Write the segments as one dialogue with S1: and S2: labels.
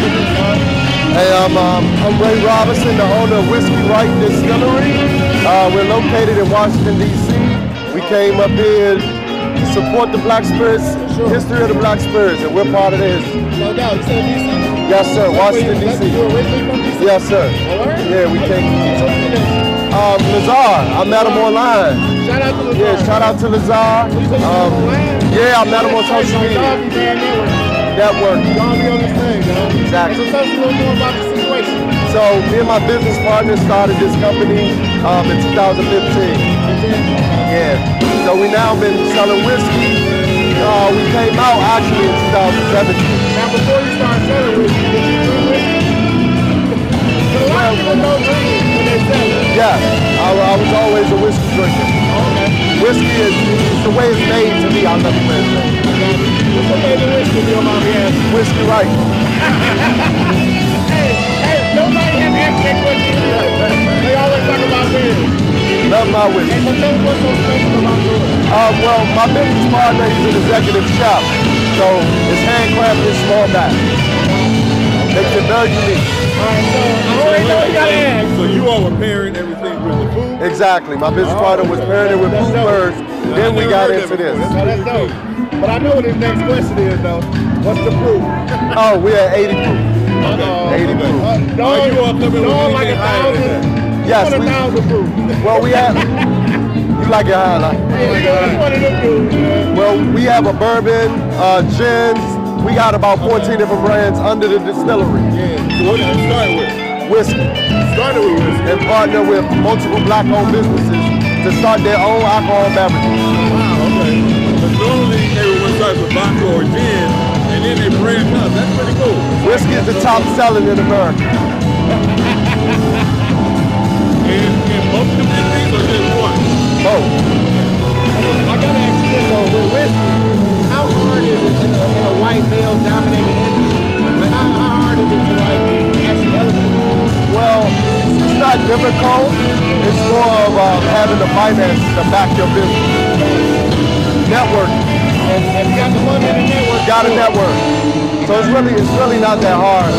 S1: Hey, I'm, um, I'm Ray Robinson, the owner of Whiskey Right Distillery. Uh, we're located in Washington, D.C. We came up here to support the Black Spirits, history of the Black Spirits, and we're part of this.
S2: No doubt. You said DC?
S1: Yes, sir. Washington,
S2: Wait,
S1: D.C.
S2: You originally from DC?
S1: Yes, sir.
S2: Alright.
S1: Yeah, we came.
S2: Shout out
S1: Um, Lazar, I met him
S2: to
S1: online.
S2: the
S1: Yeah, shout out to Lazar. Um, yeah, I met him on social media. Network.
S2: Y'all be on this thing, man.
S1: Exactly.
S2: So tell us a little more about the situation.
S1: So me and my business partner started this company um, in 2015.
S2: And then,
S1: Yeah. So we now been selling whiskey. Uh, we came out actually in
S2: now
S1: 2017.
S2: before you start selling whiskey, did you drink whiskey? 'Cause A lot of people don't drink it when they sell it.
S1: Yeah, I, I was always a whiskey drinker.
S2: Okay.
S1: Whiskey is it's the way it's made to me. I love it. man.
S2: What's your favorite whiskey, if you don't mind me asking?
S1: Whiskey right.
S2: Hey, hey, nobody has asked that question yet. They always talk about beer.
S1: Love my whiskey.
S2: And so tell us what's so special about yours.
S1: Uh, well, my business partner, he's an executive chef. So it's handcrafted small batch. Makes it very unique.
S2: All right, so I already know you gotta ask.
S3: So you all were pairing everything with the food?
S1: Exactly. My
S2: Oh,
S1: business partner was pairing it with food birds. Then we got into this.
S2: So that's dope. But I know what his next question is though. What's the proof?
S1: Oh, we're at 80 proof.
S2: Uh-oh.
S1: 80 proof.
S2: Uh,
S3: Are you all coming with
S2: dog like a
S3: anything higher than
S2: thousand.
S1: Yes,
S2: What a
S1: we,
S2: thousand proof.
S1: Well, we have. You like it high, like.
S2: Yeah, you know, he's one of them dudes, man.
S1: Well, we have a bourbon, uh, gins. We got about 14 different brands under the distillery.
S3: Yeah. So what did you start with?
S1: Whiskey.
S3: Started with whiskey.
S1: And partner with multiple black-owned businesses to start their own alcohol beverages.
S3: Wow, okay. But normally everyone starts with vodka or gin, and then they branch out. That's pretty cool.
S1: Whiskey is the top selling in America.
S3: And, and both of them things are just one.
S1: Oh,
S2: I gotta ask you this though, with whiskey, how hard is it in a, in a white male dominated industry? Like, how, how hard is it to like actually elevate?
S1: well, it's not difficult. It's more of um, having the finances to back your business. Network.
S2: And, and you got the money in the network.
S1: Got a
S2: too.
S1: network. So it's really it's really not that hard.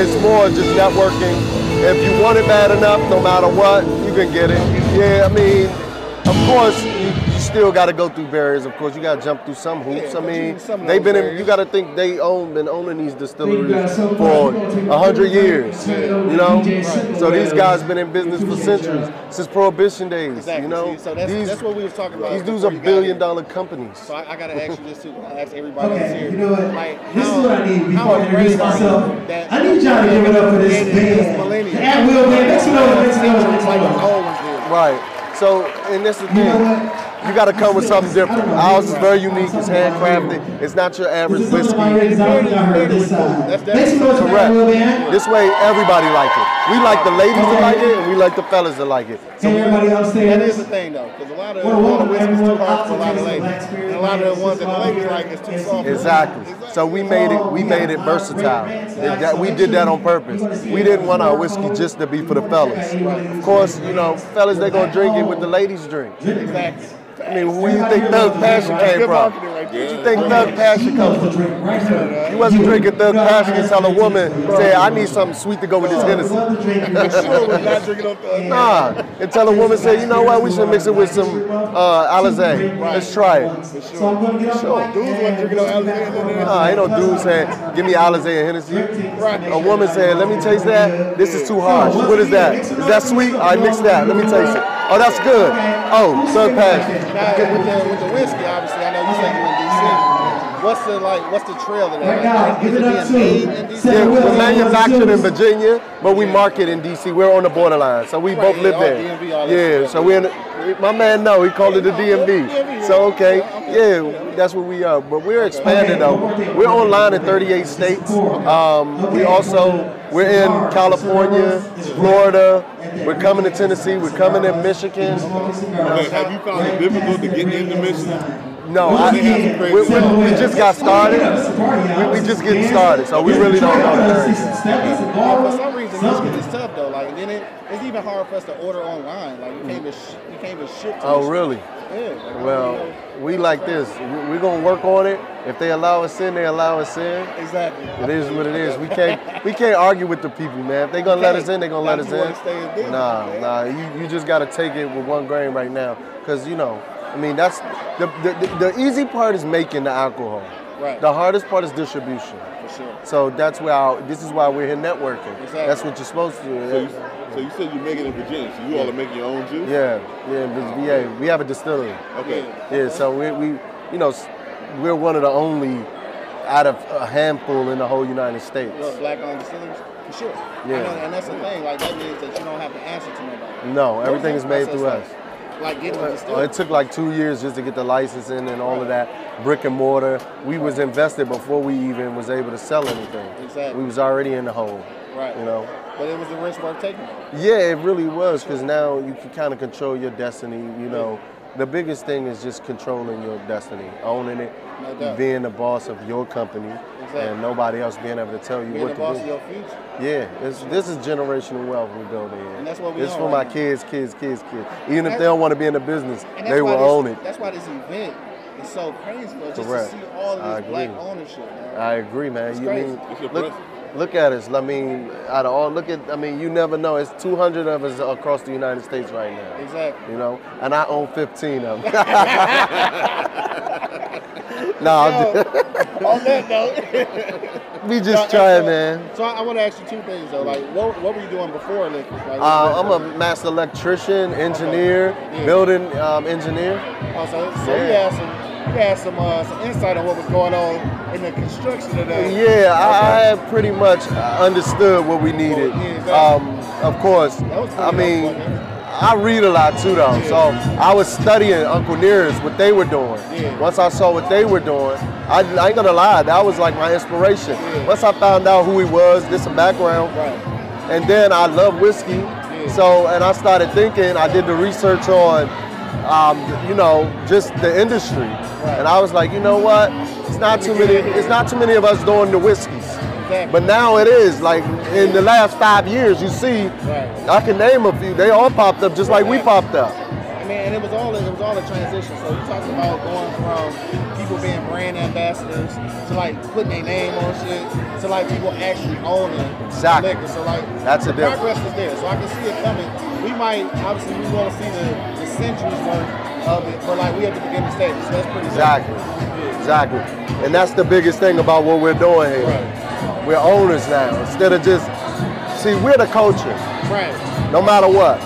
S1: It's more just networking. If you want it bad enough, no matter what, you can get it. Yeah, I mean, of course, you, you still got to go through barriers. Of course, you got to jump through some hoops. I
S2: but you-
S1: mean,
S2: some of
S1: they've
S2: those
S1: been in,
S2: barriers.
S1: you got to think they own been owning these distilleries for a hundred years. You know, so these guys been in business for centuries since Prohibition days. You
S2: Exactly.
S1: know,
S2: See, so that's,
S1: these
S2: that's what we was talking about.
S1: these dudes
S2: before
S1: are
S2: you got
S1: billion
S2: here.
S1: dollar companies.
S2: So I, I gotta ask you this too. I ask everybody that's
S4: Okay,
S2: here.
S4: you know what?
S2: Like,
S4: this
S2: how,
S4: is what I need
S2: how
S4: before I
S2: great
S4: introduce
S2: are you
S4: myself.
S2: that-
S4: I need y'all to give it up for this
S2: created this
S4: band.
S2: millennium?
S4: The At Will Band. Make some noise, make some noise, make some noise.
S2: Like, always did.
S1: Right. So, and that's the thing.
S4: You know what?
S1: You got to come with something different. Ours is very unique. It's handcrafted. It's not your
S4: This
S1: average
S4: is something my
S1: whiskey.
S4: raised I don't think I heard this
S2: That's
S4: side.
S2: that-
S4: Make some noise for the At
S1: Correct.
S4: Will Band.
S1: This way, everybody like it. We like the ladies that like it, and we like the fellas that like it.
S4: Hey, everybody
S2: That is
S4: upstairs.
S2: the thing though, because a lot of
S4: Well,
S2: a lot
S4: welcome
S2: of whiskeys too
S4: everyone
S2: hard
S4: out
S2: for a
S4: to
S2: lot of
S4: Taste the
S2: ladies,
S4: Black Spirit.
S2: and a lot of the
S4: It's
S2: ones that the
S4: all
S2: ladies
S4: here.
S2: like is too
S4: It's
S2: soft. for them.
S1: Exactly. So we made it. We made it versatile. It- that- we did that on purpose. We didn't want our whiskey just to be for the fellas. Of course, you know, fellas they gonna drink it with the ladies drink.
S2: Exactly.
S1: I mean, who you think Thug Passion came
S2: Good
S1: from?
S2: marketing right
S1: Who
S2: there.
S1: you think Thug Passion comes from? You wasn't drinking Thug Passion and tell a woman, say, I need something sweet to go with this Hennessy.
S2: Sure, we're not drinking uh, up the-
S1: Nah. And tell a woman, say, you know what, we should mix it with some uh, Alizé. Let's try it.
S4: So I'm gonna get on the mic
S2: Dudes wasn't drinking no
S4: and-
S2: Alexander.
S1: Nah, ain't no dude saying, give me Alizé and Hennessy. A woman saying, let me taste that. This is too harsh. What is that? Is that sweet? I mix that. Let me taste it. Oh, that's good. Oh, Thug Passion.
S2: Now, with the, uh, with the whiskey, obviously, I know you said you in D.C.
S1: what's the like? What's the trail in that?
S4: Right now,
S1: Like,
S4: give
S1: is
S4: it up
S1: being made
S4: to
S1: in DC?
S4: Sarah
S1: Yeah,
S4: Wilson.
S1: we're manufactured in Virginia, but we market in DC. We're on the borderline, so we both
S2: yeah,
S1: live
S2: all DMV, all that
S1: there. Yeah,
S2: stuff. Oh,
S1: so we're in. The, my man, no, he called it the DMV. So okay, yeah, that's where we are. But we're expanding though. We're online in 38 states. Um, we also we're in California, Florida. We're coming to Tennessee. We're coming to Michigan.
S3: Look, have you found it difficult to get into Michigan?
S1: No, I, we, we, we just got started. We, we just getting started, so we really don't know. Very good.
S2: For some reason, Michigan is tough though. Like, then it, it's even hard for us to order online. Like, you can't even sh- you can't even ship. To
S1: Oh,
S2: Michigan.
S1: really?
S2: Yeah. like,
S1: Well, we like this. We're gonna work on it. If they allow us in, they allow us in.
S2: exactly.
S1: It is what it is. We can't we can't argue with the people, man. If they gonna let us in, they gonna let us
S2: You wanna stay in
S1: in.
S2: business,
S1: Nah,
S2: man.
S1: nah. You, you just gotta take it with one grain right now, cause you know, I mean that's the the, the, the easy part is making the alcohol.
S2: Right.
S1: The hardest part is distribution.
S2: For sure.
S1: So that's why our, this is why we're here networking.
S2: Exactly.
S1: That's what you're supposed to do.
S3: So you, so you said you make it in Virginia, so you all are making your own juice?
S1: Yeah, yeah, but yeah, we have a distillery.
S3: Okay.
S1: Yeah, so we, we you know, s- we're one of the only out of a handful in the whole United States.
S2: Well, black owned distilleries, for sure.
S1: Yeah.
S2: And, and that's the thing. Like, that means that you don't have to answer to nobody.
S1: No, everything is made
S2: Process
S1: through us.
S2: like- Like, getting a
S1: Uh,
S2: distillery.
S1: It took like two years just to get the license in and all of that, brick and mortar. We was invested before we even was able to sell anything.
S2: Exactly.
S1: We was already in the hole.
S2: Right.
S1: You know.
S2: But it was the risk worth taking.
S1: Yeah, it really was because now you can kind of control your destiny. You know, the biggest thing is just controlling your destiny, owning it,
S2: No doubt.
S1: being the boss of your company,
S2: Exactly.
S1: and nobody else being able to tell you
S2: Being the
S1: what
S2: boss
S1: to
S2: of
S1: do.
S2: your future.
S1: yeah, it's, this is generational wealth we're building. here.
S2: And that's what we
S1: It's
S2: on
S1: for
S2: right
S1: my
S2: now.
S1: kids, kids, kids, kids. Even if
S2: That's-
S1: they don't want to be in the business,
S2: And that's
S1: they will
S2: why
S1: own
S2: this,
S1: it.
S2: That's why this event is so crazy, though, just
S1: Correct.
S2: to see all
S1: I
S2: of this
S1: agree.
S2: black ownership. Man.
S1: I agree, man. you
S2: crazy.
S3: It's
S1: mean look,
S3: impressive.
S1: look at us. I mean, out of all, look at. I mean, you never know. It's 200 of us across the United States right now.
S2: Exactly.
S1: You know, and I own 15 of them. no, I'm just,
S2: On that note,
S1: we just
S2: So-
S1: trying,
S2: so-
S1: man.
S2: So I, I want to ask you two things though. Like, what, what were you doing before liquor? Like,
S1: Uh, I'm a master electrician, engineer,
S2: Yeah.
S1: building um, engineer.
S2: Oh, so, so you
S1: Yeah.
S2: had some, you had some, uh, some insight on what was going on in the construction of that.
S1: Yeah, I, I pretty much understood what we needed.
S2: Yeah, exactly.
S1: Um, of course,
S2: That was
S1: I
S2: pretty
S1: mean,
S2: helpful, man.
S1: I read a lot too, though. So I was studying Uncle Nearest, what they were doing.
S2: Yeah.
S1: Once I saw what they were doing, I, I ain't gonna lie, that was like my inspiration.
S2: Yeah.
S1: Once I found out who he was, did some background,
S2: Right.
S1: and then I love whiskey. So, and I started thinking, I did the research on, um, you know, just the industry, and I was like, you know what? It's not too many. It's not too many of us doing the whiskeys,
S2: Exactly.
S1: but now it is. Like in the last five years, you see,
S2: Right.
S1: I can name a few. They all popped up just like we popped up.
S2: I mean, and it was all it was all a transition. So you talked about going from people being brand ambassadors to like putting their name on shit to like people actually owning the
S1: Exactly.
S2: liquor. So like
S1: That's the
S2: the
S1: difference.
S2: progress is there. So I can see it coming. We might obviously we want to see the, the centuries worth of it, but like we have to begin the stages. So that's pretty
S1: Exactly.
S2: Yeah.
S1: Exactly. And that's the biggest thing about what we're doing here. We're owners now. Instead of just, see, we're the culture.
S2: Right.
S1: no matter what.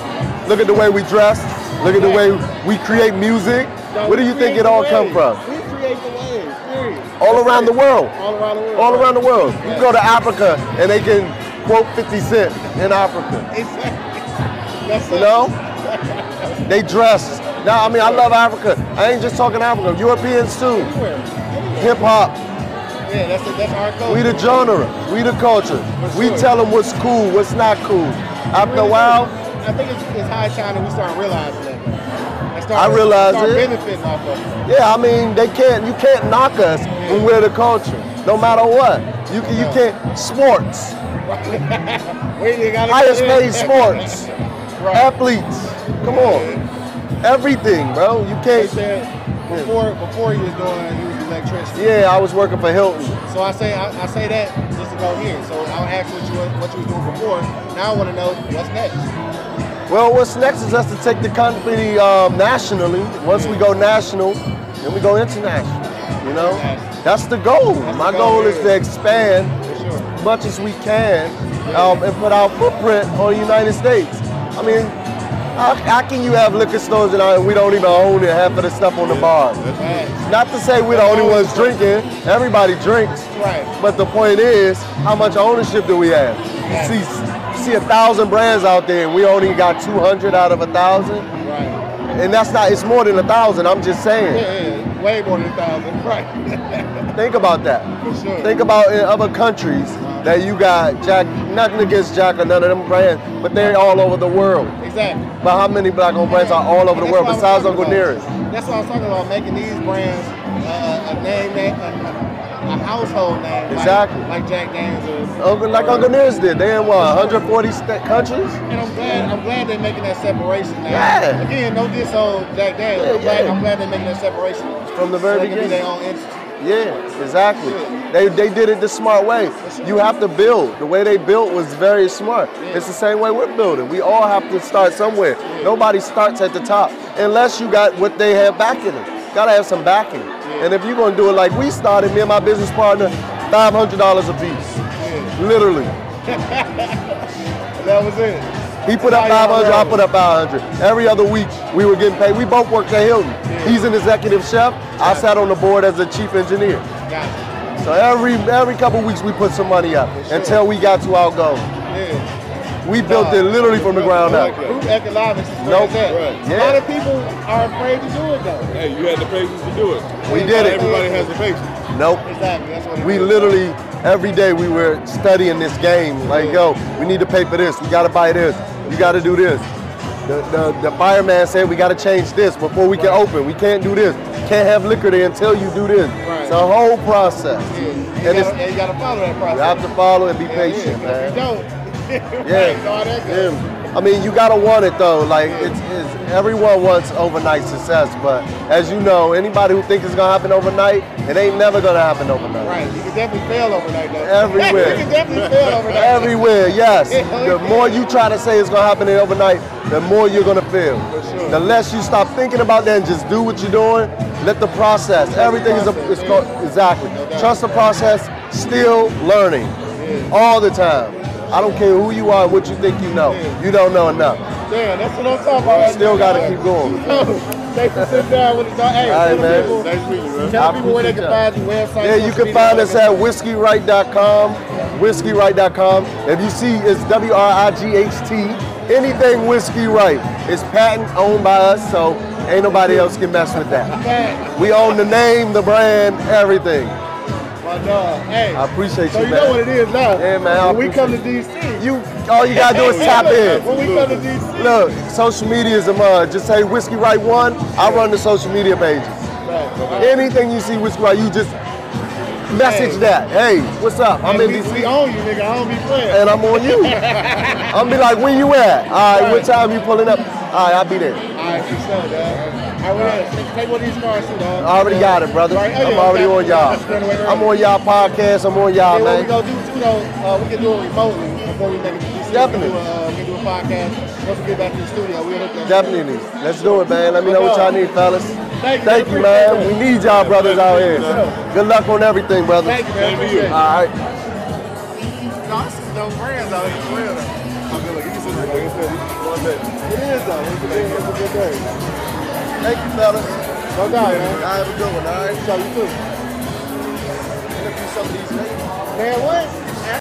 S1: Look at the way we dress. Look at the way we create music.
S2: So
S1: Where do
S2: we
S1: you think
S2: create
S1: it
S2: the
S1: all
S2: wave.
S1: come from?
S2: We create the waves. Period.
S1: All around the world.
S2: All around the world.
S1: All
S2: right.
S1: around the world. You
S2: Yeah.
S1: go to Africa and they can quote 50 Cent in Africa.
S2: Exactly. That's
S1: You
S2: it.
S1: know? They dress. Now, I mean, I love Africa. I ain't just talking Africa. Europeans too.
S2: Anywhere. Anywhere.
S1: Hip hop.
S2: Yeah, that's it. That's our culture.
S1: We the genre. We the culture. We tell them what's cool, what's not cool. After a while,
S2: I think it's, it's high time that we start realizing that. man. And Start,
S1: I realize
S2: start
S1: it.
S2: benefiting off of it.
S1: Yeah, I mean they can't. You can't knock us when we're the culture, no matter what. You can, you can't sports,
S2: We gotta
S1: highest
S2: get in.
S1: paid sports,
S2: right.
S1: athletes. Come on, everything, bro. You
S2: They
S1: can't.
S2: said before before he was doing he was electrician.
S1: Yeah, I was working for Hilton.
S2: So I say I, I say that just to go here. So I'll ask what you what you was doing before. Now I want to know what's next.
S1: Well, what's next is us to take the company um, nationally. Once we go national, then we go international. You know, that's the goal.
S2: the
S1: My
S2: goal,
S1: goal is
S2: yeah.
S1: to expand
S2: For sure.
S1: as much as we can um, and put our footprint on the United States. I mean, How, how can you have liquor stores and I- we don't even own it, half of the stuff on the bar? Not to say we're the only ones drinking. Everybody drinks.
S2: Right.
S1: But the point is, how much ownership do we have? See, see a thousand brands out there, and we only got 200 out of a thousand.
S2: Right.
S1: And that's not, it's more than a thousand, I'm just saying.
S2: Yeah, way more than a thousand. Right.
S1: Think about that.
S2: For sure.
S1: Think about in other countries that you got Jack, nothing against Jack or none of them brands, but they're all over the world.
S2: exactly.
S1: But how many black owned brands are all over the
S2: That's
S1: world
S2: what I was
S1: besides
S2: talking
S1: Uncle
S2: about.
S1: Nearest?
S2: That's what I was talking about, making these brands uh, a name, that, a, a, a household name. like-
S1: Exactly.
S2: Like, Jack Daniels is.
S1: Uncle, like Uncle Nearest did. They in what, 140 sta countries?
S2: And I'm glad, I'm glad they're making that separation now.
S1: Yeah.
S2: Again, no diss on Jack Daniels. I'm,
S1: Yeah,
S2: glad,
S1: yeah.
S2: I'm glad they're making that separation.
S1: From the
S2: So
S1: very
S2: they can be their
S1: beginning.
S2: own entity.
S1: Yeah, exactly. They, they did it the smart way. You have to build. The way they built was very smart. It's the same way we're building. We all have to start somewhere. Nobody starts at the top unless you got what they have backing them. Gotta have some backing. And if you're gonna do it like we started, me and my business partner, five hundred dollars a piece. Literally.
S2: And That was it.
S1: He put up
S2: That's how
S1: 500,
S2: y'all
S1: I
S2: roll.
S1: put up 500. Every other week, we were getting paid. We both worked at Hilton. He's an executive chef. I sat on the board as a chief engineer.
S2: Gotcha.
S1: So every every couple weeks, we put some money up until we got to our goal.
S2: Yeah.
S1: We built it literally from the ground up.
S2: Group economics is where
S1: Nope.
S2: it's at.
S3: Right.
S2: A lot
S1: Yeah.
S2: of people are afraid to do it though.
S3: Hey, you had the patience to do it.
S1: We did it.
S3: Everybody has the patience.
S1: Nope.
S2: Exactly. That's what it
S1: We
S2: is.
S1: literally every day we were studying this game. Like, yo, we need to pay for this. We gotta buy this. You gotta do this. The, the, the fireman said we gotta change this before we can open. We can't do this. Can't have liquor there until you do this. It's a whole process.
S2: Yeah. You,
S1: And
S2: gotta,
S1: it's,
S2: and you gotta follow that
S1: you
S2: process.
S1: have to follow and be
S2: Hell yeah,
S1: patient,
S2: 'cause if
S1: man.
S2: You don't.
S1: Yeah.
S2: right, all that good.
S1: Yeah. I mean, you gotta want it though. Like, it's, it's everyone wants overnight success, but as you know, anybody who thinks it's gonna happen overnight, it ain't never gonna happen overnight.
S2: Right. You can definitely fail overnight though.
S1: Everywhere.
S2: you can definitely fail overnight.
S1: Everywhere, yes.
S2: Yeah,
S1: The
S2: okay.
S1: more you try to say it's gonna happen overnight, the more you're gonna feel.
S2: sure.
S1: The less you stop thinking about that and just do what you're doing, let the process. Everything is, a,
S2: process,
S1: is go, exactly. Trust the process. Still learning, all the time. I don't care who you are, and what you think you know. You don't know enough.
S2: Damn, that's what I'm talking about.
S1: You still gotta keep going.
S2: Thanks for sitting down with us. dog. Hey,
S1: All right,
S2: tell
S1: man.
S2: the people,
S3: Nice meeting you, man.
S2: tell
S1: I
S2: the people where they can
S1: appreciate
S2: find your website.
S1: Yeah, you
S2: social
S1: can find
S2: media,
S1: us at whiskeyright.com, whiskeyright.com. If you see, it's W R I G H T. Anything whiskey right is patent owned by us, so ain't nobody else can mess with that.
S2: Man,
S1: We own the name, the brand, everything.
S2: my dog. Hey.
S1: I appreciate
S2: so
S1: you,
S2: you know what
S1: man.
S2: it is now.
S1: Yeah, man, I
S2: When we come to DC,
S1: You, all you gotta do is tap in.
S2: When we come to DC,
S1: Look, social media is a mud. Just say Whiskey Right One. I run the social media pages. Anything you see Whiskey Right, you just message
S2: Hey.
S1: that. Hey, what's up? I'm in
S2: we,
S1: DC.
S2: we own you, nigga. I don't be playing.
S1: and I'm on you. I'm be like, where you at? All right, what time you pulling up? All right, I'll be there.
S2: All right, for sure, dog. All right, well, take one of these cars, too, dog.
S1: I already got it, brother.
S2: Right, oh,
S1: I'm
S2: yeah,
S1: already
S2: okay.
S1: on y'all. I'm on y'all podcast. I'm on y'all,
S2: Yeah, what we
S1: man.
S2: gonna do too though, uh, we can do it remotely before we make it to DC.
S1: Definitely.
S2: We can do, a- uh, we can do a podcast. Once we get back to the studio, we'll look at
S1: Definitely. Let's do it, man. Let me know what y'all need, fellas.
S2: Thank you.
S1: Thank you, man. We need y'all brothers out here. Good luck on everything, brother.
S2: Thank you, man.
S3: Same to you.
S2: Appreciate it.
S1: All right.
S2: No, this is no brands out here. for real, though.
S3: Okay, look, you sit there, like I said, one day.
S2: It is though. It's a good, it's a good day.
S1: Thank you, fellas.
S2: No doubt, man.
S1: have a good one, all right?
S2: So you too.
S1: Interview some of these niggas.
S2: Man, what?